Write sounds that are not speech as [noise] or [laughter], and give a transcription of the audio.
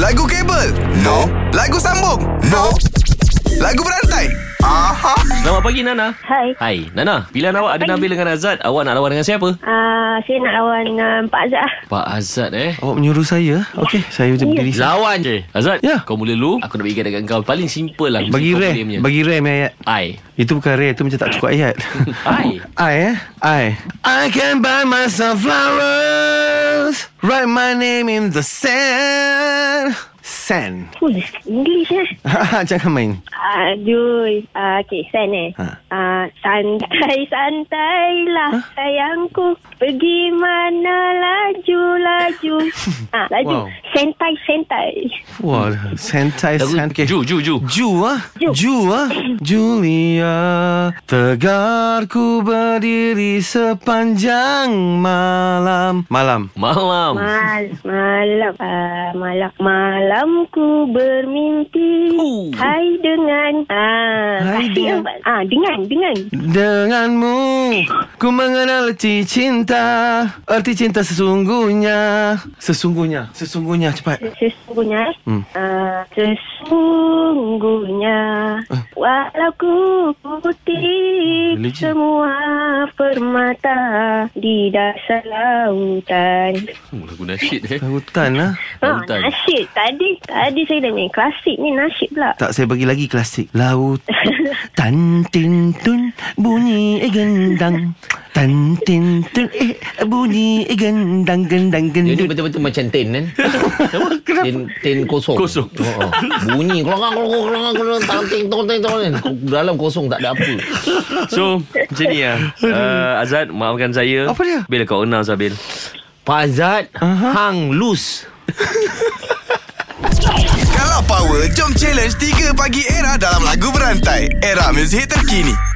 Lagu kabel? No. Lagu sambung? No. Lagu berantai? Aha. Selamat pagi Nana Hai. Hai Nana Pilihan awak ada Nabil dengan Azad Awak nak lawan dengan siapa? Uh, saya nak lawan uh, Pak Azhar. Pak Azad eh Awak menyuruh saya Okey Saya berdiri Lawan je Azad Ya. Kau mula dulu Aku nak bagi dengan kau Paling simple lah Bagi rare Bagi rare punya ayat Ai Itu bukan rare Itu macam tak cukup ayat [laughs] Ai I eh I I can buy myself flowers Write my name in the sand Sand [laughs] Full English eh. Jangan main Aduh. Uh, okay, San eh. Ha. Uh, [laughs] santai-santailah huh? lah sayangku. Pergi mana [laughs] laju-laju. ah, laju. Wow. Sentai-sentai. Wah Santai Lagu santai Ju Ju Ju Ju ah Ju. Ju ah Julia Tegar ku berdiri sepanjang malam Malam Malam Mal, [laughs] malam uh, malam malamku bermimpi Oh. hai dengan ah Hai asyik dengan. nampak? ah dengan dengan Denganmu Ku mengenal erti cinta Erti cinta sesungguhnya Sesungguhnya Sesungguhnya cepat Sesungguhnya Hmm. hmm. uh, Sesungguhnya Walau ku putih Religi. Semua permata Di dasar lautan Oh, Lagu nasyid eh Hutan lah Ha, Lautan. nasyid Tadi Tadi saya dah main klasik ni Nasyid pula Tak saya bagi lagi klasik Laut [laughs] Tan tin tun Bunyi eh gendang Tan tin tun Eh bunyi eh gendang Gendang Dia ni gendut betul-betul macam tin [laughs] kan Tin, tin kosong Kosong. oh, oh. Bunyi Kelongang kelongang kelongang kelongang Tak ting tong ting tong kan Dalam kosong tak ada apa So Macam ni lah uh, Azad Maafkan saya Apa dia? Bila kau announce Abil Pazat Aha. Hang loose Kalau power, jom challenge 3 pagi era dalam lagu berantai. Era muzik terkini.